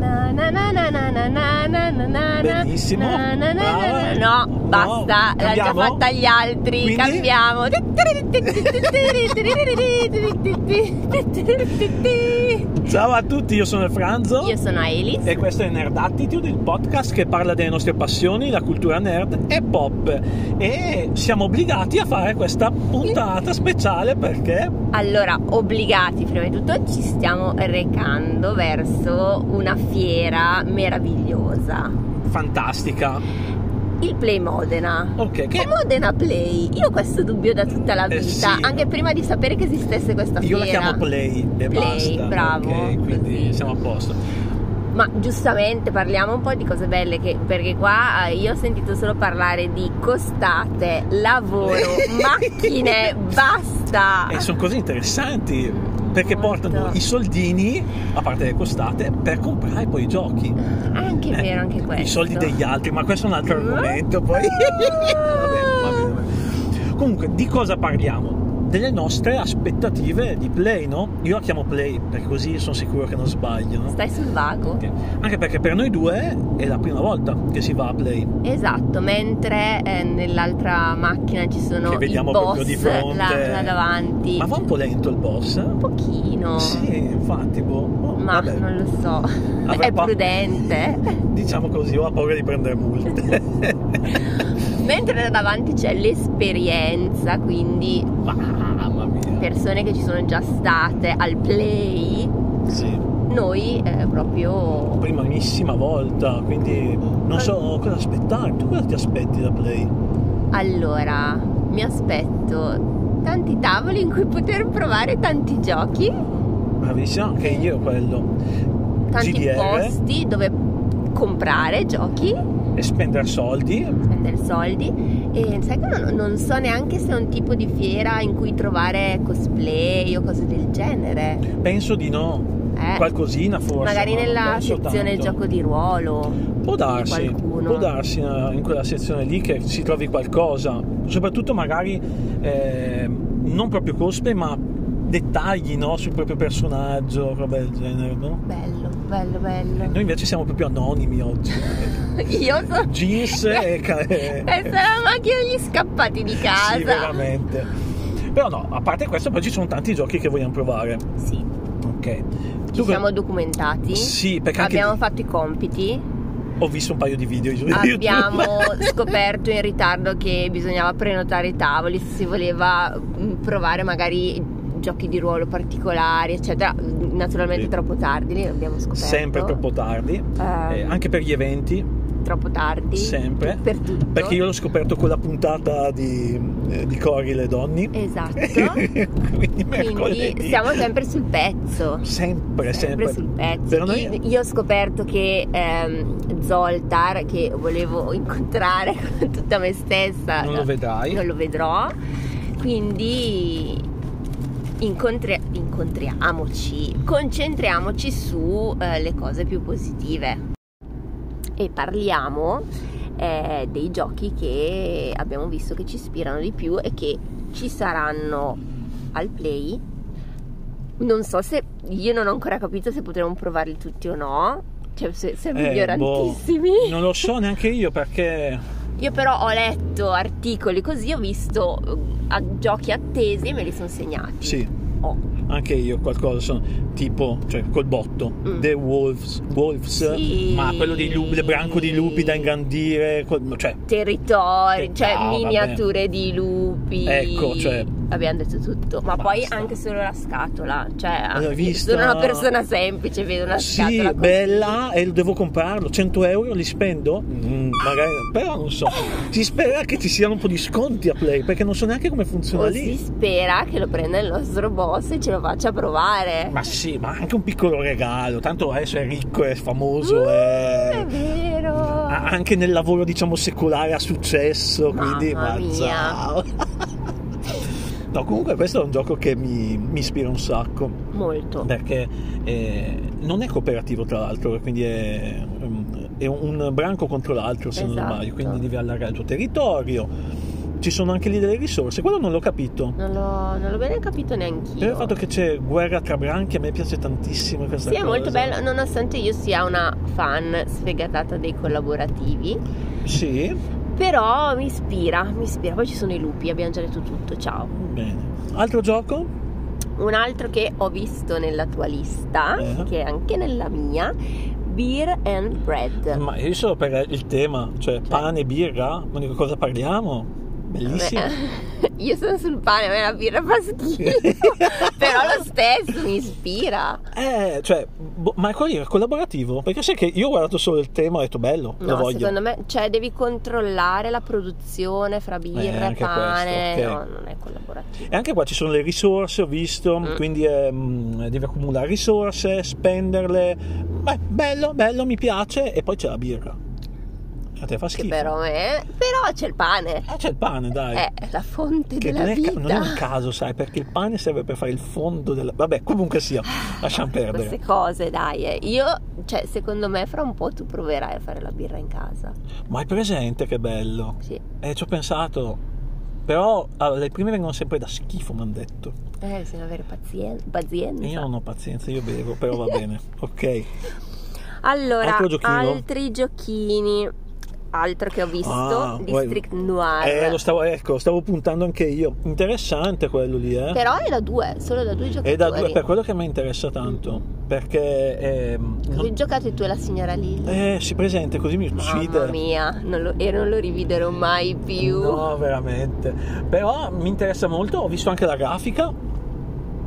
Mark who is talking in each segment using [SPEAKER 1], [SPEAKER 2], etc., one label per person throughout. [SPEAKER 1] Na na na na na na na na na na na.
[SPEAKER 2] Benissimo.
[SPEAKER 1] Na na na na na.
[SPEAKER 2] Brava.
[SPEAKER 1] No, basta, l'ha già
[SPEAKER 2] Cambiamo?
[SPEAKER 1] fatta gli altri.
[SPEAKER 2] Quindi?
[SPEAKER 1] Cambiamo.
[SPEAKER 2] Ciao a tutti, io sono Franzo
[SPEAKER 1] Io sono Elis.
[SPEAKER 2] e questo è Nerd Attitude, il podcast che parla delle nostre passioni, la cultura nerd e pop. E siamo obbligati a fare questa puntata speciale perché
[SPEAKER 1] Allora, obbligati, prima di tutto ci stiamo recando verso una fiera meravigliosa.
[SPEAKER 2] fantastica.
[SPEAKER 1] Il Play Modena.
[SPEAKER 2] Ok,
[SPEAKER 1] Che
[SPEAKER 2] che
[SPEAKER 1] Modena Play? Io ho questo dubbio da tutta la vita,
[SPEAKER 2] Eh, sì.
[SPEAKER 1] anche prima di sapere che esistesse questa fiera.
[SPEAKER 2] io la chiamo Play e
[SPEAKER 1] Play,
[SPEAKER 2] basta.
[SPEAKER 1] bravo.
[SPEAKER 2] Ok, quindi
[SPEAKER 1] Così.
[SPEAKER 2] siamo a posto.
[SPEAKER 1] Ma giustamente parliamo un po' di cose belle che- perché qua eh, io ho sentito solo parlare di costate, lavoro, macchine, basta.
[SPEAKER 2] E sono cose interessanti Eh perché
[SPEAKER 1] Molto.
[SPEAKER 2] portano i soldini, a parte le costate, per comprare poi i giochi.
[SPEAKER 1] Ah, Anche
[SPEAKER 2] Eh,
[SPEAKER 1] vero, anche questo. Ah.
[SPEAKER 2] I soldi degli altri, ma questo è un altro argomento. Poi. Vabbè, vabbè, vabbè. Comunque, di cosa parliamo? Delle nostre aspettative di play, no? Io la chiamo play, perché così sono sicuro che non sbaglio, no?
[SPEAKER 1] Stai sul vago.
[SPEAKER 2] Ok. Anche perché per noi due è la prima volta che si va a play.
[SPEAKER 1] Esatto, mentre eh, nell'altra macchina ci sono
[SPEAKER 2] Che vediamo
[SPEAKER 1] i
[SPEAKER 2] proprio
[SPEAKER 1] boss
[SPEAKER 2] di fronte.
[SPEAKER 1] là, là davanti.
[SPEAKER 2] Ma va un po' lento il boss? eh?
[SPEAKER 1] Un pochino.
[SPEAKER 2] Sì, infatti, boh. boh,
[SPEAKER 1] Ma
[SPEAKER 2] vabbè.
[SPEAKER 1] non lo so.
[SPEAKER 2] Avrei
[SPEAKER 1] È
[SPEAKER 2] pa-
[SPEAKER 1] prudente.
[SPEAKER 2] Diciamo così, ho paura di prendere multe.
[SPEAKER 1] Mentre là davanti c'è l'esperienza, quindi
[SPEAKER 2] Mamma mia.
[SPEAKER 1] persone che ci sono già state al play,
[SPEAKER 2] Sì.
[SPEAKER 1] noi eh, proprio
[SPEAKER 2] primissima volta, quindi non
[SPEAKER 1] Eh.
[SPEAKER 2] so cosa aspettare. Tu cosa ti aspetti da Play?
[SPEAKER 1] allora mi aspetto tanti tavoli in cui poter provare tanti giochi,
[SPEAKER 2] Bravissima, anche io quello.
[SPEAKER 1] tanti
[SPEAKER 2] GDR.
[SPEAKER 1] posti dove comprare giochi,
[SPEAKER 2] E spendere soldi?
[SPEAKER 1] spendere soldi e sai che non, non so neanche se è un tipo di fiera in cui trovare cosplay o cose del genere.
[SPEAKER 2] Penso di no.
[SPEAKER 1] Eh,
[SPEAKER 2] Qualcosina forse.
[SPEAKER 1] magari
[SPEAKER 2] ma non
[SPEAKER 1] nella
[SPEAKER 2] penso
[SPEAKER 1] sezione
[SPEAKER 2] tanto.
[SPEAKER 1] gioco di ruolo.
[SPEAKER 2] Può darsi,
[SPEAKER 1] qualcuno.
[SPEAKER 2] può darsi eh, in quella sezione lì che si trovi qualcosa. Soprattutto magari eh, non proprio cosplay, ma dettagli no, sul proprio personaggio, roba del genere, no?
[SPEAKER 1] Bello, bello, bello.
[SPEAKER 2] Noi invece siamo proprio anonimi oggi.
[SPEAKER 1] Io sono
[SPEAKER 2] Jeans e... ca- e-
[SPEAKER 1] Questa è la macchina degli scappati di
[SPEAKER 2] eh. Sì,
[SPEAKER 1] casa.
[SPEAKER 2] veramente. Però no, a parte questo, poi ci sono tanti giochi che vogliamo provare.
[SPEAKER 1] Sì,
[SPEAKER 2] Ok.
[SPEAKER 1] ci siamo documentati.
[SPEAKER 2] Sì, perché anche
[SPEAKER 1] Abbiamo fatto i compiti,
[SPEAKER 2] ho visto un paio di video su YouTube.
[SPEAKER 1] abbiamo scoperto in ritardo che bisognava prenotare i tavoli se si voleva mh, provare magari giochi di ruolo particolari, eccetera. Naturalmente
[SPEAKER 2] Sì.
[SPEAKER 1] troppo tardi, li abbiamo scoperto.
[SPEAKER 2] Sempre troppo tardi,
[SPEAKER 1] Eh,
[SPEAKER 2] eh, anche per gli eventi,
[SPEAKER 1] troppo tardi.
[SPEAKER 2] sempre.
[SPEAKER 1] Per tutto.
[SPEAKER 2] Perché io l'ho scoperto con la puntata di, eh, di Cori le Donni.
[SPEAKER 1] Esatto.
[SPEAKER 2] Quindi mercoledì.
[SPEAKER 1] Quindi siamo sempre sul pezzo.
[SPEAKER 2] Sempre, sempre.
[SPEAKER 1] sempre sul pezzo.
[SPEAKER 2] Per noi-
[SPEAKER 1] Io, io ho scoperto che ehm, Zoltar, che volevo incontrare con tutta me stessa,
[SPEAKER 2] Non lo vedrai.
[SPEAKER 1] non lo vedrò. Quindi incontre- incontriamoci, concentriamoci sulle cose più positive e parliamo eh, dei giochi che abbiamo visto che ci ispirano di più e che ci saranno al play. Non so se io non ho ancora capito se potremo provarli tutti o no. Cioè, se, siamo
[SPEAKER 2] Eh,
[SPEAKER 1] ignorantissimi.
[SPEAKER 2] boh, non lo so neanche io perché
[SPEAKER 1] Io però ho letto articoli così, ho visto eh, a- giochi attesi e me li sono segnati.
[SPEAKER 2] Sì.
[SPEAKER 1] Oh.
[SPEAKER 2] Anche io qualcosa sono tipo, cioè col botto,
[SPEAKER 1] Mm.
[SPEAKER 2] The Wolves, Wolves
[SPEAKER 1] Sì.
[SPEAKER 2] ma quello di lupi, del branco di lupi da ingrandire, col- cioè
[SPEAKER 1] territori,
[SPEAKER 2] Che-
[SPEAKER 1] cioè
[SPEAKER 2] ah, vabbè.
[SPEAKER 1] miniature di lupi.
[SPEAKER 2] Ecco, cioè-
[SPEAKER 1] Abbiamo detto tutto, ma poi
[SPEAKER 2] Basta.
[SPEAKER 1] anche solo la scatola, cioè
[SPEAKER 2] L'ho
[SPEAKER 1] anche-
[SPEAKER 2] vista-
[SPEAKER 1] sono una persona semplice, vedo una
[SPEAKER 2] sì,
[SPEAKER 1] scatola così.
[SPEAKER 2] bella e devo comprarlo, 100 euro li spendo? Mm, magari, però non so, si spera che ci siano un po' di sconti a Play perché non so neanche come funziona
[SPEAKER 1] O si
[SPEAKER 2] lì.
[SPEAKER 1] spera che lo prenda il nostro boss e ce lo faccia provare.
[SPEAKER 2] Ma sì, ma anche un piccolo regalo, tanto adesso è ricco, è famoso,
[SPEAKER 1] Uh,
[SPEAKER 2] è... Ah,
[SPEAKER 1] è vero.
[SPEAKER 2] a- anche nel lavoro diciamo secolare ha successo, quindi
[SPEAKER 1] Mamma
[SPEAKER 2] ma
[SPEAKER 1] mia.
[SPEAKER 2] ciao. No, comunque questo è un gioco che mi, mi ispira un sacco
[SPEAKER 1] Molto.
[SPEAKER 2] perché eh, non è cooperativo tra l'altro, quindi è, ehm, è un branco contro l'altro se non
[SPEAKER 1] Esatto.
[SPEAKER 2] sbaglio, quindi devi allargare il tuo territorio, ci sono anche lì delle risorse, quello non l'ho capito.
[SPEAKER 1] Non l'ho, non l'ho bene capito neanche
[SPEAKER 2] Per il fatto che c'è guerra tra branchi, a me piace tantissimo questa
[SPEAKER 1] Sì, è
[SPEAKER 2] cosa.
[SPEAKER 1] molto bello, nonostante io sia una fan sfegatata dei collaborativi,
[SPEAKER 2] Sì,
[SPEAKER 1] però mi ispira, mi ispira. Poi ci sono i lupi, abbiamo già detto tutto, ciao.
[SPEAKER 2] bene. Altro gioco?
[SPEAKER 1] Un altro che ho visto nella tua lista,
[SPEAKER 2] Eh.
[SPEAKER 1] che è anche nella mia, Beer and Bread.
[SPEAKER 2] Ma io solo per il tema, cioè pane, birra, ma di che cosa parliamo? Bellissimo.
[SPEAKER 1] Beh, Eh, Io sono sul pane, a me la birra fa schifo, però lo stesso mi ispira.
[SPEAKER 2] Eh, cioè, boh, ma quello era collaborativo, perché sai che io ho guardato solo il tema e ho detto bello, lo
[SPEAKER 1] No,
[SPEAKER 2] voglio.
[SPEAKER 1] secondo me, cioè devi controllare la produzione fra
[SPEAKER 2] Eh,
[SPEAKER 1] birra e
[SPEAKER 2] anche
[SPEAKER 1] pane,
[SPEAKER 2] questo, ok.
[SPEAKER 1] no, non è collaborativo.
[SPEAKER 2] E anche qua ci sono le risorse, ho visto,
[SPEAKER 1] Mm.
[SPEAKER 2] quindi eh, mh, devi accumulare risorse, spenderle. Beh, bello, bello, mi piace, e poi c'è la birra. A te fa
[SPEAKER 1] Che
[SPEAKER 2] schifo.
[SPEAKER 1] però, eh, però c'è il pane,
[SPEAKER 2] Ah, c'è il pane, dai.
[SPEAKER 1] è la fonte
[SPEAKER 2] Che
[SPEAKER 1] della
[SPEAKER 2] non è,
[SPEAKER 1] vita.
[SPEAKER 2] ca- non è un caso, sai, perché il pane serve per fare il fondo della... Vabbè, comunque sia,
[SPEAKER 1] Ah,
[SPEAKER 2] lasciamo perdere.
[SPEAKER 1] Queste cose, dai, eh. io, cioè, secondo me, fra un po' tu proverai a fare la birra in casa.
[SPEAKER 2] Ma hai presente che bello?
[SPEAKER 1] Sì,
[SPEAKER 2] Eh, ci ho pensato. Però ah, le prime vengono sempre da schifo, mi hanno detto.
[SPEAKER 1] eh, bisogna avere pazien-
[SPEAKER 2] E io
[SPEAKER 1] pazienza.
[SPEAKER 2] non ho pazienza, io bevo, però va bene. Ok.
[SPEAKER 1] Allora,
[SPEAKER 2] Altro giochino?
[SPEAKER 1] altri giochini. Altro che ho visto,
[SPEAKER 2] Ah, vuoi-
[SPEAKER 1] District Noir.
[SPEAKER 2] Eh, lo stavo, ecco, stavo puntando anche io. Interessante quello lì, eh.
[SPEAKER 1] Però è da due, solo da due giocatori.
[SPEAKER 2] È da due, per quello che mi interessa tanto. Perché... ehm,
[SPEAKER 1] Così
[SPEAKER 2] non-
[SPEAKER 1] giocate tu e la signora Lily.
[SPEAKER 2] eh, si presente, così mi uccide.
[SPEAKER 1] Mamma mia, non lo- e non lo rividerò mai più.
[SPEAKER 2] No, veramente. Però mi interessa molto, ho visto anche la grafica.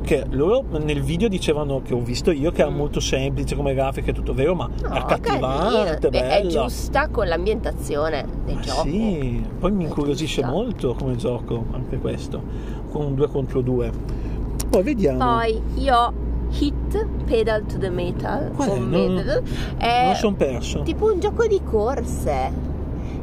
[SPEAKER 2] Che loro nel video dicevano che ho visto io che era
[SPEAKER 1] Mm.
[SPEAKER 2] molto semplice come grafica, è tutto vero, ma
[SPEAKER 1] No,
[SPEAKER 2] accattivante,
[SPEAKER 1] carina. Beh, è
[SPEAKER 2] bella.
[SPEAKER 1] giusta con l'ambientazione del
[SPEAKER 2] Ma
[SPEAKER 1] gioco.
[SPEAKER 2] Sì, poi mi
[SPEAKER 1] È
[SPEAKER 2] incuriosisce
[SPEAKER 1] giusta.
[SPEAKER 2] molto come gioco anche questo, con un 2 contro 2. Poi vediamo.
[SPEAKER 1] Poi io ho Hit Pedal to the Metal.
[SPEAKER 2] Qual è?
[SPEAKER 1] o
[SPEAKER 2] Non-
[SPEAKER 1] Metal, è
[SPEAKER 2] non sono perso.
[SPEAKER 1] tipo un gioco di corse.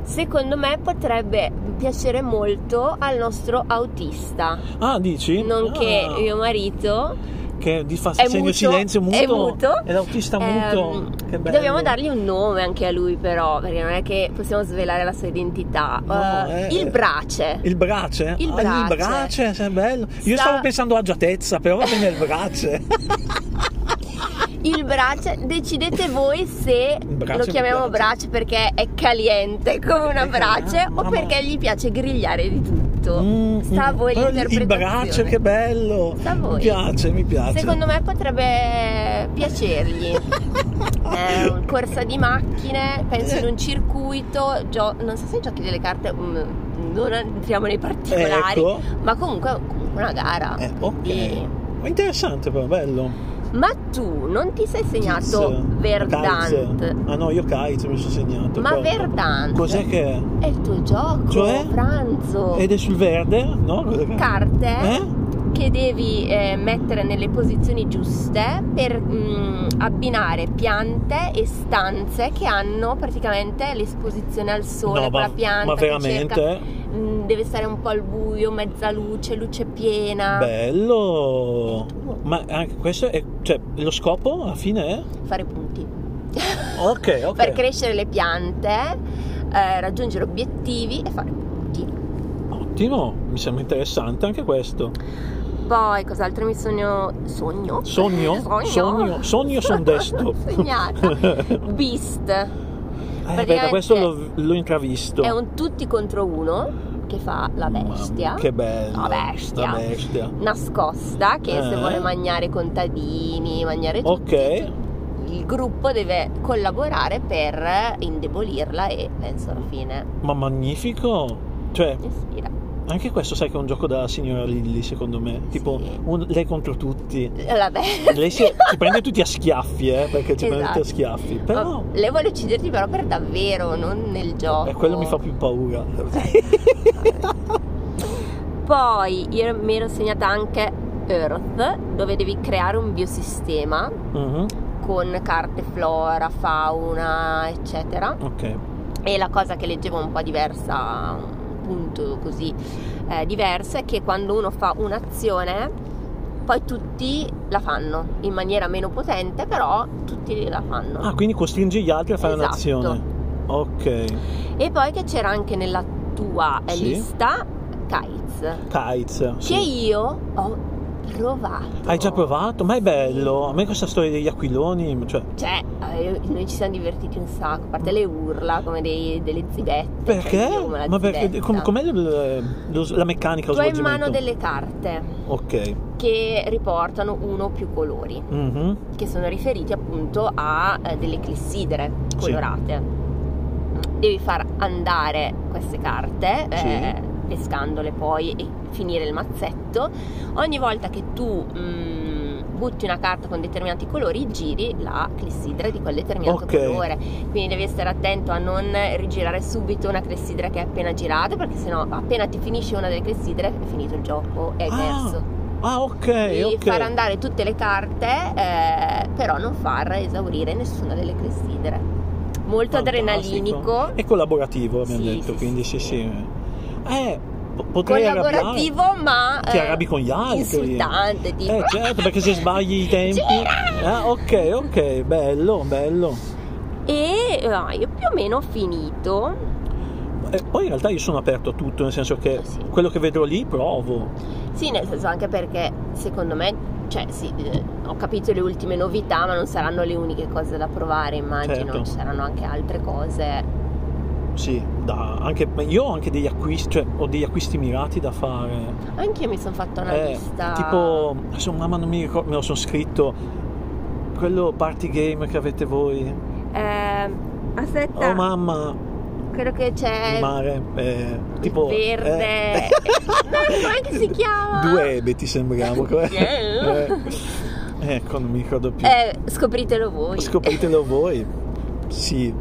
[SPEAKER 1] Secondo me potrebbe piacere molto al nostro autista,
[SPEAKER 2] Ah, dici?
[SPEAKER 1] nonché
[SPEAKER 2] Ah,
[SPEAKER 1] mio marito.
[SPEAKER 2] che di fa
[SPEAKER 1] è
[SPEAKER 2] segno
[SPEAKER 1] muto,
[SPEAKER 2] silenzio muto.
[SPEAKER 1] è muto.
[SPEAKER 2] È l'autista muto.
[SPEAKER 1] Ehm,
[SPEAKER 2] Che bello.
[SPEAKER 1] dobbiamo dargli un nome anche a lui, però, perché non è che possiamo svelare la sua identità.
[SPEAKER 2] No,
[SPEAKER 1] Eh,
[SPEAKER 2] eh,
[SPEAKER 1] il
[SPEAKER 2] eh.
[SPEAKER 1] brace.
[SPEAKER 2] Il brace?
[SPEAKER 1] Il
[SPEAKER 2] Ah,
[SPEAKER 1] brace.
[SPEAKER 2] il brace, se è bello. Io
[SPEAKER 1] Sta-
[SPEAKER 2] stavo pensando agiatezza, però va bene il brace.
[SPEAKER 1] Il brace, decidete voi se
[SPEAKER 2] Brace
[SPEAKER 1] lo
[SPEAKER 2] mi
[SPEAKER 1] chiamiamo
[SPEAKER 2] piace.
[SPEAKER 1] brace perché è caliente come una
[SPEAKER 2] È
[SPEAKER 1] brace
[SPEAKER 2] caliente,
[SPEAKER 1] o
[SPEAKER 2] mamma.
[SPEAKER 1] perché gli piace grigliare di tutto.
[SPEAKER 2] Mm,
[SPEAKER 1] Sta a
[SPEAKER 2] mm.
[SPEAKER 1] voi
[SPEAKER 2] Però il- Il brace,
[SPEAKER 1] l'interpretazione.
[SPEAKER 2] che bello.
[SPEAKER 1] Sta a voi.
[SPEAKER 2] Mi piace, mi piace.
[SPEAKER 1] Secondo me potrebbe piacergli. Eh, un- corsa di macchine, penso in
[SPEAKER 2] Eh.
[SPEAKER 1] un circuito, gio- non so se giochi delle carte, mm, non entriamo nei particolari,
[SPEAKER 2] Ecco.
[SPEAKER 1] ma comunque comunque una gara.
[SPEAKER 2] Eh, ok.
[SPEAKER 1] Sì.
[SPEAKER 2] Ma Interessante però, bello.
[SPEAKER 1] Ma tu non ti sei segnato
[SPEAKER 2] Kids,
[SPEAKER 1] Verdant,
[SPEAKER 2] kites. Ah no, io kite mi sono segnato.
[SPEAKER 1] ma
[SPEAKER 2] però-
[SPEAKER 1] Verdant
[SPEAKER 2] Cos'è che è?
[SPEAKER 1] è il tuo gioco,
[SPEAKER 2] Cioè?
[SPEAKER 1] pranzo,
[SPEAKER 2] Ed è sul verde, no? Cos'è che è?
[SPEAKER 1] carte
[SPEAKER 2] Eh?
[SPEAKER 1] che devi eh, mettere nelle posizioni giuste per mm, abbinare piante e stanze che hanno praticamente l'esposizione al sole
[SPEAKER 2] no,
[SPEAKER 1] con
[SPEAKER 2] ma,
[SPEAKER 1] la pianta
[SPEAKER 2] ma
[SPEAKER 1] che
[SPEAKER 2] veramente?
[SPEAKER 1] cerca- mm, deve stare un po' al buio, mezza luce, luce piena,
[SPEAKER 2] Bello! Ma anche questo è. Cioè, lo scopo alla fine è.
[SPEAKER 1] fare punti.
[SPEAKER 2] Ok, ok.
[SPEAKER 1] Per crescere le piante, eh, raggiungere obiettivi e fare punti.
[SPEAKER 2] Ottimo, mi sembra interessante anche questo. Eh,
[SPEAKER 1] Poi cos'altro mi sogno? Sogno?
[SPEAKER 2] Sogno?
[SPEAKER 1] Sogno?
[SPEAKER 2] Sogno, sogno son destro.
[SPEAKER 1] Sognata.
[SPEAKER 2] eh,
[SPEAKER 1] Beast.
[SPEAKER 2] aspetta, questo l'ho, l'ho intravisto.
[SPEAKER 1] È un tutti contro uno che fa la
[SPEAKER 2] Mamma,
[SPEAKER 1] bestia
[SPEAKER 2] che bello.
[SPEAKER 1] La bestia.
[SPEAKER 2] La bestia.
[SPEAKER 1] nascosta che se
[SPEAKER 2] Eh.
[SPEAKER 1] vuole mangiare i contadini, mangiare tutti,
[SPEAKER 2] Ok.
[SPEAKER 1] il gruppo deve collaborare per indebolirla e penso alla fine
[SPEAKER 2] Ma magnifico! Cioè,
[SPEAKER 1] che sfida.
[SPEAKER 2] anche questo sai che è un gioco della signora Lilly, secondo me. Tipo,
[SPEAKER 1] Sì.
[SPEAKER 2] un- lei contro tutti.
[SPEAKER 1] La bestia.
[SPEAKER 2] Lei si, ci prende tutti a schiaffi, eh, perché ci prende tutti a
[SPEAKER 1] Esatto.
[SPEAKER 2] schiaffi. Però,
[SPEAKER 1] Ma Lei vuole ucciderti però per davvero, non nel gioco.
[SPEAKER 2] eh, quello mi fa più paura.
[SPEAKER 1] Poi io mi ero segnata anche Earth, dove devi creare un biosistema
[SPEAKER 2] Mhm,
[SPEAKER 1] con carte flora, fauna, eccetera.
[SPEAKER 2] Ok.
[SPEAKER 1] E la cosa che leggevo un po' diversa, un punto così eh, diverso, è che quando uno fa un'azione, poi tutti la fanno in maniera meno potente, però tutti la fanno.
[SPEAKER 2] Ah, quindi costringe gli altri a fare
[SPEAKER 1] Esatto.
[SPEAKER 2] un'azione. Ok.
[SPEAKER 1] E poi che c'era anche nella tua eh,
[SPEAKER 2] Sì.
[SPEAKER 1] lista kites
[SPEAKER 2] Kites.
[SPEAKER 1] che
[SPEAKER 2] sì.
[SPEAKER 1] io ho provato.
[SPEAKER 2] Hai già provato? Ma è
[SPEAKER 1] Sì.
[SPEAKER 2] bello. A me questa storia degli aquiloni, cioè,
[SPEAKER 1] Cioè, eh, noi ci siamo divertiti un sacco, a parte le urla come dei- delle zibette.
[SPEAKER 2] perché?
[SPEAKER 1] cioè, io come la
[SPEAKER 2] Ma perché?
[SPEAKER 1] zibetta.
[SPEAKER 2] com- com'è il- lo- la meccanica?
[SPEAKER 1] Tu
[SPEAKER 2] lo
[SPEAKER 1] hai in
[SPEAKER 2] svolgimento?
[SPEAKER 1] mano delle carte
[SPEAKER 2] Ok.
[SPEAKER 1] che riportano uno o più colori,
[SPEAKER 2] Mhm.
[SPEAKER 1] che sono riferiti appunto a eh, delle clessidre colorate. Devi far andare queste carte,
[SPEAKER 2] Sì.
[SPEAKER 1] eh, pescandole poi e finire il mazzetto. Ogni volta che tu mm, butti una carta con determinati colori, giri la clessidra di quel determinato
[SPEAKER 2] Ok.
[SPEAKER 1] colore. Quindi devi stare attento a non rigirare subito una clessidra che è appena girata, perché sennò appena ti finisce una delle clessidre è finito il gioco, è
[SPEAKER 2] Ah,
[SPEAKER 1] perso.
[SPEAKER 2] Ah, ok,
[SPEAKER 1] Di
[SPEAKER 2] ok.
[SPEAKER 1] far andare tutte le carte, eh, però non far esaurire nessuna delle clessidre. Molto
[SPEAKER 2] Fantastico. Eh,
[SPEAKER 1] adrenalinico,
[SPEAKER 2] E collaborativo, abbiamo
[SPEAKER 1] Sì,
[SPEAKER 2] detto,
[SPEAKER 1] sì,
[SPEAKER 2] quindi
[SPEAKER 1] sì,
[SPEAKER 2] sì,
[SPEAKER 1] sì.
[SPEAKER 2] sì. Eh, po- potrei arrabbiare.
[SPEAKER 1] collaborativo, ma
[SPEAKER 2] Ti
[SPEAKER 1] eh,
[SPEAKER 2] arrabbi con gli altri.
[SPEAKER 1] insultante, tipo.
[SPEAKER 2] Eh certo, perché se sbagli i tempi.
[SPEAKER 1] Gira!
[SPEAKER 2] Ah, ok, ok, bello, bello.
[SPEAKER 1] E eh, io più o meno ho finito.
[SPEAKER 2] E poi in realtà io sono aperto a tutto, nel senso che
[SPEAKER 1] Ah, Sì.
[SPEAKER 2] quello che vedrò lì provo.
[SPEAKER 1] Sì, nel senso anche perché secondo me, cioè sì, eh, ho capito le ultime novità, ma non saranno le uniche cose da provare, immagino,
[SPEAKER 2] Certo.
[SPEAKER 1] ci saranno anche altre cose.
[SPEAKER 2] Sì, da- anche- ma io ho anche degli acquisti, cioè ho degli acquisti mirati da fare.
[SPEAKER 1] Anche io mi sono fatta una
[SPEAKER 2] Eh,
[SPEAKER 1] lista.
[SPEAKER 2] Tipo, adesso mamma non mi ricordo, me lo sono scritto. Quello party game che avete voi.
[SPEAKER 1] Eh, aspetta,
[SPEAKER 2] Oh mamma,
[SPEAKER 1] quello che c'è
[SPEAKER 2] il mare. eh, tipo,
[SPEAKER 1] verde.
[SPEAKER 2] eh.
[SPEAKER 1] No, com'è che si chiama?
[SPEAKER 2] Due ebeti sembriamo.
[SPEAKER 1] Yeah.
[SPEAKER 2] eh. Ecco, non mi ricordo più.
[SPEAKER 1] Eh, scopritelo voi.
[SPEAKER 2] Scopritelo voi. Sì,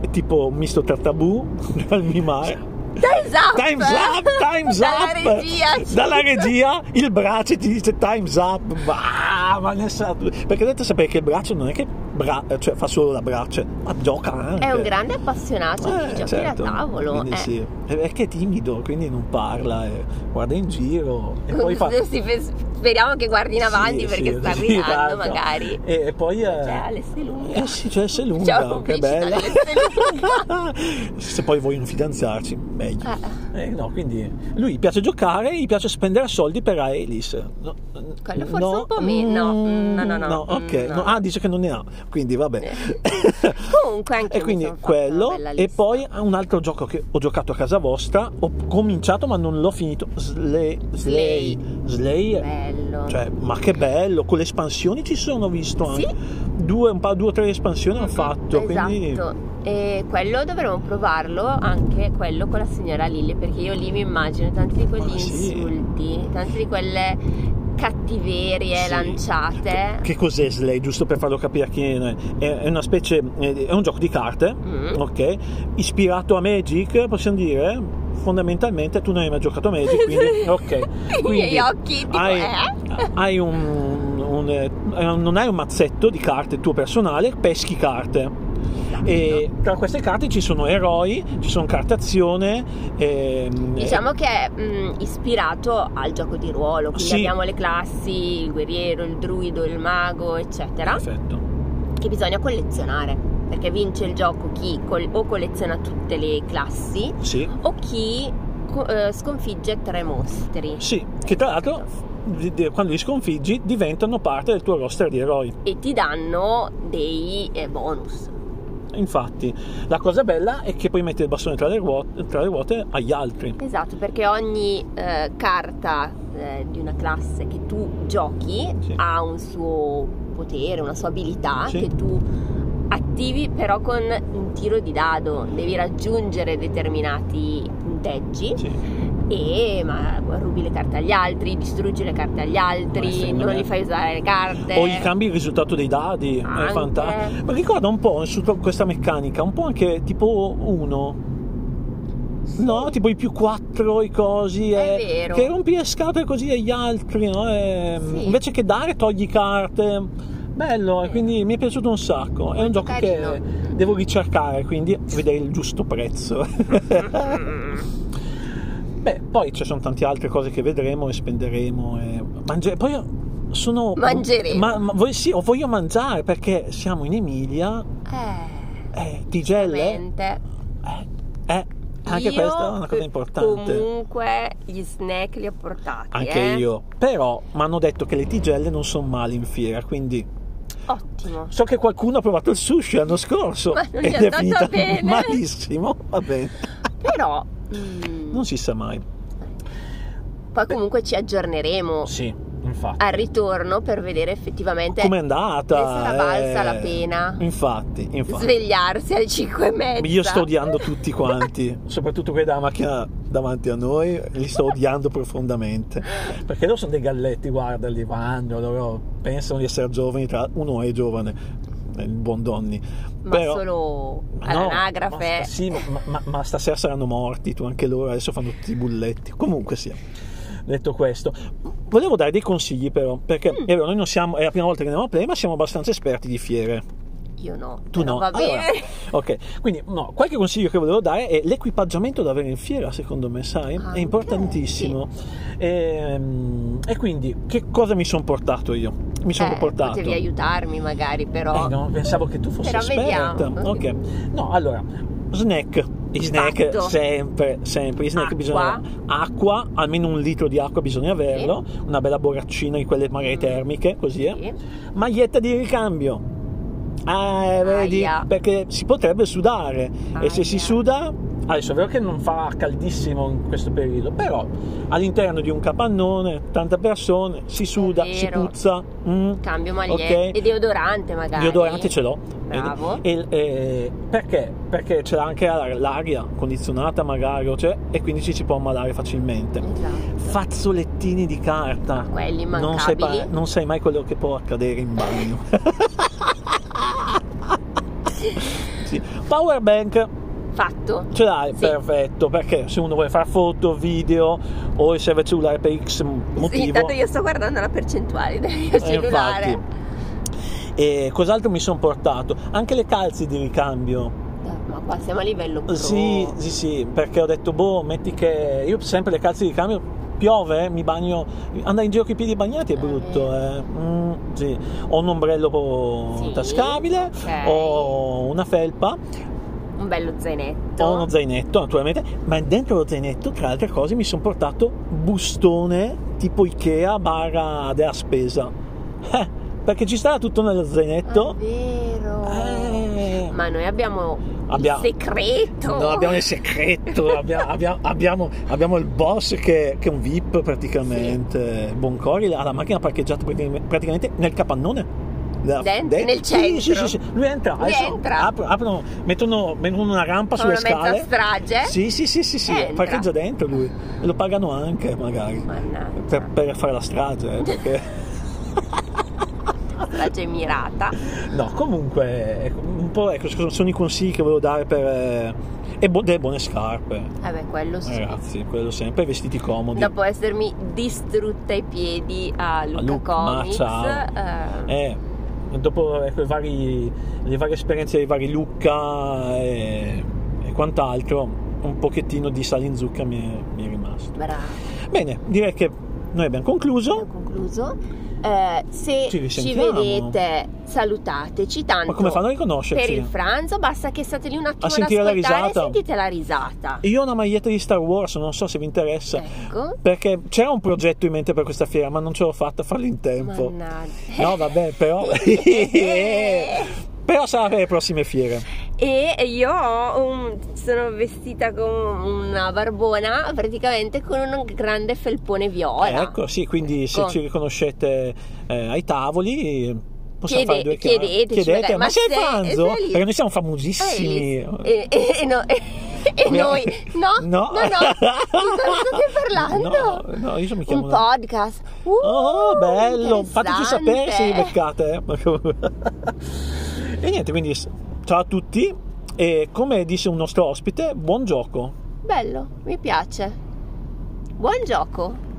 [SPEAKER 2] è tipo un misto tra tabù dal mimare.
[SPEAKER 1] Time's up!
[SPEAKER 2] Time's up, time's
[SPEAKER 1] Dalla
[SPEAKER 2] up.
[SPEAKER 1] regia.
[SPEAKER 2] Dalla regia il braccio ti dice time's up. Bah, ma ne sa- Perché dovete sapere che il braccio non è che bra- cioè, fa solo la braccia, ma gioca anche.
[SPEAKER 1] È un grande appassionato di
[SPEAKER 2] Eh,
[SPEAKER 1] giochi
[SPEAKER 2] certo.
[SPEAKER 1] da tavolo.
[SPEAKER 2] Quindi
[SPEAKER 1] eh.
[SPEAKER 2] sì. È perché è timido, quindi non parla, eh, guarda in giro e poi fa
[SPEAKER 1] Sì, fe- Speriamo che guardi in avanti
[SPEAKER 2] Sì,
[SPEAKER 1] perché
[SPEAKER 2] sì,
[SPEAKER 1] sta
[SPEAKER 2] sì, esatto.
[SPEAKER 1] guidando
[SPEAKER 2] tanto.
[SPEAKER 1] magari.
[SPEAKER 2] E, e poi. eh,
[SPEAKER 1] Cioè, Alessia Lunga.
[SPEAKER 2] Eh sì, c'è Alessia Lunga,
[SPEAKER 1] Ciao,
[SPEAKER 2] oh, che
[SPEAKER 1] pubblicità
[SPEAKER 2] bella.
[SPEAKER 1] di Alessia
[SPEAKER 2] Se poi vogliono fidanzarci, meglio.
[SPEAKER 1] Ah,
[SPEAKER 2] Eh, no, quindi lui piace giocare, gli piace spendere soldi per Aelis. No,
[SPEAKER 1] Quello forse un po' meno.
[SPEAKER 2] Mm,
[SPEAKER 1] No, no, no.
[SPEAKER 2] ok.
[SPEAKER 1] Mm, no. Eh.
[SPEAKER 2] No, Ah, dice che non ne ha, quindi vabbè.
[SPEAKER 1] Comunque anche
[SPEAKER 2] e quindi quello e poi un altro gioco che ho giocato a casa vostra, ho cominciato ma non l'ho finito, Slay Slay Slay è
[SPEAKER 1] bello.
[SPEAKER 2] cioè, ma che bello, con le espansioni ci sono visto anche.
[SPEAKER 1] Sì.
[SPEAKER 2] Due, un pa- due o tre espansioni hanno fatto,
[SPEAKER 1] esatto.
[SPEAKER 2] quindi
[SPEAKER 1] E quello dovremmo provarlo anche quello con la signora Lilly, perché io lì mi immagino tanti di quegli
[SPEAKER 2] Ma sì.
[SPEAKER 1] insulti, tante di quelle cattiverie
[SPEAKER 2] Sì.
[SPEAKER 1] lanciate.
[SPEAKER 2] Che cos'è Slay, giusto per farlo capire a chi è? È una specie è un gioco di carte,
[SPEAKER 1] Mm.
[SPEAKER 2] ok? Ispirato a Magic, possiamo dire, fondamentalmente tu non hai mai giocato a Magic, quindi ok.
[SPEAKER 1] I
[SPEAKER 2] Quindi
[SPEAKER 1] miei occhi tipo,
[SPEAKER 2] hai,
[SPEAKER 1] eh?
[SPEAKER 2] hai un, un, eh, non hai un mazzetto di carte tuo personale, peschi carte. E tra queste carte ci sono eroi, ci sono carte azione. ehm,
[SPEAKER 1] Diciamo che è mh, ispirato al gioco di ruolo, quindi
[SPEAKER 2] Sì.
[SPEAKER 1] abbiamo le classi, il guerriero, il druido, il mago, eccetera,
[SPEAKER 2] Perfetto.
[SPEAKER 1] che bisogna collezionare, perché vince il gioco chi col- o colleziona tutte le classi
[SPEAKER 2] Sì.
[SPEAKER 1] o chi co- eh, sconfigge tre mostri.
[SPEAKER 2] Sì, che tra l'altro di- di- quando li sconfiggi diventano parte del tuo roster di eroi.
[SPEAKER 1] E ti danno dei eh, bonus.
[SPEAKER 2] Infatti, la cosa bella è che puoi mettere il bastone tra le ruote, tra le ruote agli altri.
[SPEAKER 1] Esatto, perché ogni eh, carta eh, di una classe che tu giochi
[SPEAKER 2] Sì.
[SPEAKER 1] ha un suo potere, una sua abilità
[SPEAKER 2] Sì.
[SPEAKER 1] che tu attivi però con un tiro di dado, devi raggiungere determinati punteggi
[SPEAKER 2] Sì.
[SPEAKER 1] e ma, rubi le carte agli altri, distruggi le carte agli
[SPEAKER 2] Ma
[SPEAKER 1] altri,
[SPEAKER 2] sì,
[SPEAKER 1] non
[SPEAKER 2] vabbè.
[SPEAKER 1] gli fai usare le carte.
[SPEAKER 2] O gli cambi il risultato dei dadi, è
[SPEAKER 1] Eh. Anche.
[SPEAKER 2] fantastico. Ma ricorda un po' su to- questa meccanica, un po' anche tipo 1. No, tipo i più 4, i cosi.
[SPEAKER 1] È
[SPEAKER 2] eh,
[SPEAKER 1] vero.
[SPEAKER 2] Che rompi le scatole così agli altri, no? Eh,
[SPEAKER 1] Sì.
[SPEAKER 2] Invece che dare, togli carte. Bello, e
[SPEAKER 1] Sì.
[SPEAKER 2] quindi mi è piaciuto un sacco. È un gioco che
[SPEAKER 1] carino.
[SPEAKER 2] devo ricercare, quindi vedere il giusto prezzo.
[SPEAKER 1] Mm.
[SPEAKER 2] Beh, poi ci sono tante altre cose che vedremo e spenderemo. E mangi- poi sono.
[SPEAKER 1] Mangeremo.
[SPEAKER 2] Ma, ma voi- sì, o voglio mangiare perché siamo in Emilia.
[SPEAKER 1] Eh,
[SPEAKER 2] Eh, tigelle.
[SPEAKER 1] veramente.
[SPEAKER 2] Eh, eh, Anche
[SPEAKER 1] io
[SPEAKER 2] questa è una cosa importante.
[SPEAKER 1] Comunque gli snack li ho portati.
[SPEAKER 2] Anche
[SPEAKER 1] eh.
[SPEAKER 2] io. Però mi hanno detto che le tigelle non sono male in fiera, quindi
[SPEAKER 1] Ottimo.
[SPEAKER 2] so che qualcuno ha provato il sushi l'anno scorso
[SPEAKER 1] Ma non gli
[SPEAKER 2] ed
[SPEAKER 1] è
[SPEAKER 2] è
[SPEAKER 1] andata
[SPEAKER 2] finita
[SPEAKER 1] bene.
[SPEAKER 2] malissimo. Va bene.
[SPEAKER 1] Però... mm,
[SPEAKER 2] Non si sa mai.
[SPEAKER 1] Poi comunque ci aggiorneremo
[SPEAKER 2] Sì, infatti.
[SPEAKER 1] al ritorno per vedere effettivamente
[SPEAKER 2] Com'è andata?
[SPEAKER 1] ne sarà Eh, valsa
[SPEAKER 2] eh?
[SPEAKER 1] la pena.
[SPEAKER 2] Infatti, infatti.
[SPEAKER 1] svegliarsi alle 5 e mezza.
[SPEAKER 2] Io sto odiando tutti quanti, soprattutto quelli della macchina davanti a noi, li sto odiando profondamente. Perché loro sono dei galletti, guarda, li vanno, loro pensano di essere giovani, tra uno è giovane, il buon Donny.
[SPEAKER 1] Ma
[SPEAKER 2] Però-
[SPEAKER 1] solo
[SPEAKER 2] Ma no,
[SPEAKER 1] all'anagrafe.
[SPEAKER 2] ma sta- sì, ma, ma- ma stasera saranno morti, tu anche loro adesso fanno tutti i bulletti. Comunque sì. Detto questo, volevo dare dei consigli però, perché
[SPEAKER 1] Mm.
[SPEAKER 2] è vero, noi non siamo, è la prima volta che andiamo a Play, ma siamo abbastanza esperti di fiere.
[SPEAKER 1] Io no.
[SPEAKER 2] Tu
[SPEAKER 1] però
[SPEAKER 2] no.
[SPEAKER 1] Va bene.
[SPEAKER 2] Allora, ok, quindi no, qualche consiglio che volevo dare è l'equipaggiamento da avere in fiera, secondo me, sai,
[SPEAKER 1] Ah,
[SPEAKER 2] è importantissimo. Ehm, E, quindi, che cosa mi sono portato io? Mi sono
[SPEAKER 1] Eh,
[SPEAKER 2] portato.
[SPEAKER 1] Potevi aiutarmi magari, però.
[SPEAKER 2] Eh, no, pensavo che tu fossi
[SPEAKER 1] Però
[SPEAKER 2] esperta.
[SPEAKER 1] vediamo.
[SPEAKER 2] Ok. No, allora, snack. I snack
[SPEAKER 1] Fatto.
[SPEAKER 2] sempre, sempre. I snack
[SPEAKER 1] Acqua.
[SPEAKER 2] bisogna. Acqua, almeno un litro di acqua bisogna averlo. Una bella boraccina di quelle magari
[SPEAKER 1] Mm.
[SPEAKER 2] termiche, così. Eh.
[SPEAKER 1] Sì.
[SPEAKER 2] Maglietta di ricambio. Eh, vedi?
[SPEAKER 1] Aia.
[SPEAKER 2] Perché si potrebbe sudare. E se si
[SPEAKER 1] Aia.
[SPEAKER 2] suda. Adesso è vero che non fa caldissimo in questo periodo, però all'interno di un capannone, tante persone, si suda, si
[SPEAKER 1] vero.
[SPEAKER 2] puzza. mm.
[SPEAKER 1] Cambio maglietta.
[SPEAKER 2] Ok.
[SPEAKER 1] E deodorante magari.
[SPEAKER 2] Deodorante ce l'ho.
[SPEAKER 1] Bravo.
[SPEAKER 2] E- e- perché? Perché c'è anche la- l'aria condizionata magari o c'è- e quindi ci si può ammalare facilmente.
[SPEAKER 1] Esatto.
[SPEAKER 2] Fazzolettini di carta.
[SPEAKER 1] Quelli
[SPEAKER 2] Non sai,
[SPEAKER 1] immancabili.
[SPEAKER 2] pa- non sai mai quello che può accadere in bagno. sì. Power bank
[SPEAKER 1] Fatto.
[SPEAKER 2] ce l'hai,
[SPEAKER 1] Sì.
[SPEAKER 2] perfetto, perché se uno vuole fare foto, video o serve il cellulare per X
[SPEAKER 1] Sì,
[SPEAKER 2] motivo.
[SPEAKER 1] intanto io sto guardando la percentuale del mio
[SPEAKER 2] Eh,
[SPEAKER 1] cellulare.
[SPEAKER 2] infatti. E cos'altro mi sono portato? Anche le calze di ricambio.
[SPEAKER 1] Eh, Ma qua siamo a livello pro.
[SPEAKER 2] Sì, sì, sì, perché ho detto, boh, metti che io sempre le calze di cambio, piove, eh, mi bagno, andare in giro con i piedi bagnati è brutto, eh. Mm, sì. Ho un ombrello po-
[SPEAKER 1] Sì,
[SPEAKER 2] tascabile,
[SPEAKER 1] ok.
[SPEAKER 2] ho una felpa,
[SPEAKER 1] Un bello zainetto.
[SPEAKER 2] ho uno zainetto naturalmente, ma dentro lo zainetto, tra le altre cose, mi sono portato bustone tipo Ikea barra della spesa, Eh, perché ci stava tutto nello
[SPEAKER 1] Ah,
[SPEAKER 2] zainetto.
[SPEAKER 1] vero.
[SPEAKER 2] Eh.
[SPEAKER 1] Ma noi abbiamo
[SPEAKER 2] Abbiamo-
[SPEAKER 1] il segreto.
[SPEAKER 2] No, abbiamo il segreto, abbia- abbia- abbiamo, abbiamo il boss che, che è un VIP praticamente. Boncori ha la macchina parcheggiata praticamente, praticamente nel capannone. La-
[SPEAKER 1] Dent-
[SPEAKER 2] de-
[SPEAKER 1] nel
[SPEAKER 2] sì, sì,
[SPEAKER 1] centro.
[SPEAKER 2] sì, sì. Lui entra,
[SPEAKER 1] Lui
[SPEAKER 2] adesso
[SPEAKER 1] entra.
[SPEAKER 2] apro- aprono- mettono, mettono una rampa
[SPEAKER 1] Sono
[SPEAKER 2] sulle
[SPEAKER 1] una mezza
[SPEAKER 2] scale.
[SPEAKER 1] strage.
[SPEAKER 2] Sì, sì, sì, sì, sì,
[SPEAKER 1] Entra.
[SPEAKER 2] parcheggia dentro lui. E lo pagano anche magari.
[SPEAKER 1] Mannaggia.
[SPEAKER 2] Per, per fare la strage, eh, perché...
[SPEAKER 1] strage mirata.
[SPEAKER 2] No, comunque, ecco, un po' ecco, sono sono i consigli che volevo dare per... eh, E bu- delle buone scarpe.
[SPEAKER 1] Vabbè, quello sì.
[SPEAKER 2] Ragazzi, Eh, quello sempre, vestiti comodi.
[SPEAKER 1] Dopo essermi distrutta i piedi a Luca
[SPEAKER 2] Lu- ma
[SPEAKER 1] Comics,
[SPEAKER 2] ciao.
[SPEAKER 1] eh,
[SPEAKER 2] Eh, dopo ecco, i vari- le varie esperienze dei vari Lucca e, e quant'altro, un pochettino di sale in zucca mi è, mi è rimasto.
[SPEAKER 1] bravo,
[SPEAKER 2] Bene, direi che noi abbiamo
[SPEAKER 1] abbiamo
[SPEAKER 2] concluso.
[SPEAKER 1] concluso. Eh, se
[SPEAKER 2] Certo. Ci
[SPEAKER 1] ci,
[SPEAKER 2] risentiamo.
[SPEAKER 1] vedete, salutateci tanto.
[SPEAKER 2] Ma come fanno a
[SPEAKER 1] per
[SPEAKER 2] riconoscerci?
[SPEAKER 1] il franzo basta che state lì un attimo
[SPEAKER 2] A sentire
[SPEAKER 1] ad
[SPEAKER 2] la
[SPEAKER 1] ascoltare e
[SPEAKER 2] risata.
[SPEAKER 1] sentite la risata.
[SPEAKER 2] Io ho una maglietta di Star Wars, non so se vi interessa.
[SPEAKER 1] Ecco.
[SPEAKER 2] Perché c'era un progetto in mente per questa fiera, ma non ce l'ho fatta a farlo in tempo.
[SPEAKER 1] Mannaggia.
[SPEAKER 2] No, vabbè, però. però sarà per le prossime fiere.
[SPEAKER 1] E io ho un- sono vestita come una barbona, praticamente con un grande felpone viola.
[SPEAKER 2] Ecco, sì, quindi se
[SPEAKER 1] Ecco.
[SPEAKER 2] ci riconoscete eh, ai tavoli eh, possiamo
[SPEAKER 1] Chiede-
[SPEAKER 2] fare due chiacchiere.
[SPEAKER 1] chiedeteci magari,
[SPEAKER 2] ma
[SPEAKER 1] ma
[SPEAKER 2] sei
[SPEAKER 1] se-
[SPEAKER 2] Franzo?
[SPEAKER 1] sei lì?
[SPEAKER 2] Perché noi siamo famosissimi.
[SPEAKER 1] Eh, E, e- e no- e- e noi, no, no, no, di cosa stai parlando?
[SPEAKER 2] No, no, io mi chiamo...
[SPEAKER 1] Un podcast. Uh,
[SPEAKER 2] Oh, bello! Fateci
[SPEAKER 1] interessante.
[SPEAKER 2] sapere se vi beccate. eh. e niente, quindi s- ciao a tutti e come disse
[SPEAKER 1] Eh,
[SPEAKER 2] un nostro ospite, buon gioco.
[SPEAKER 1] Bello, mi piace. Buon gioco.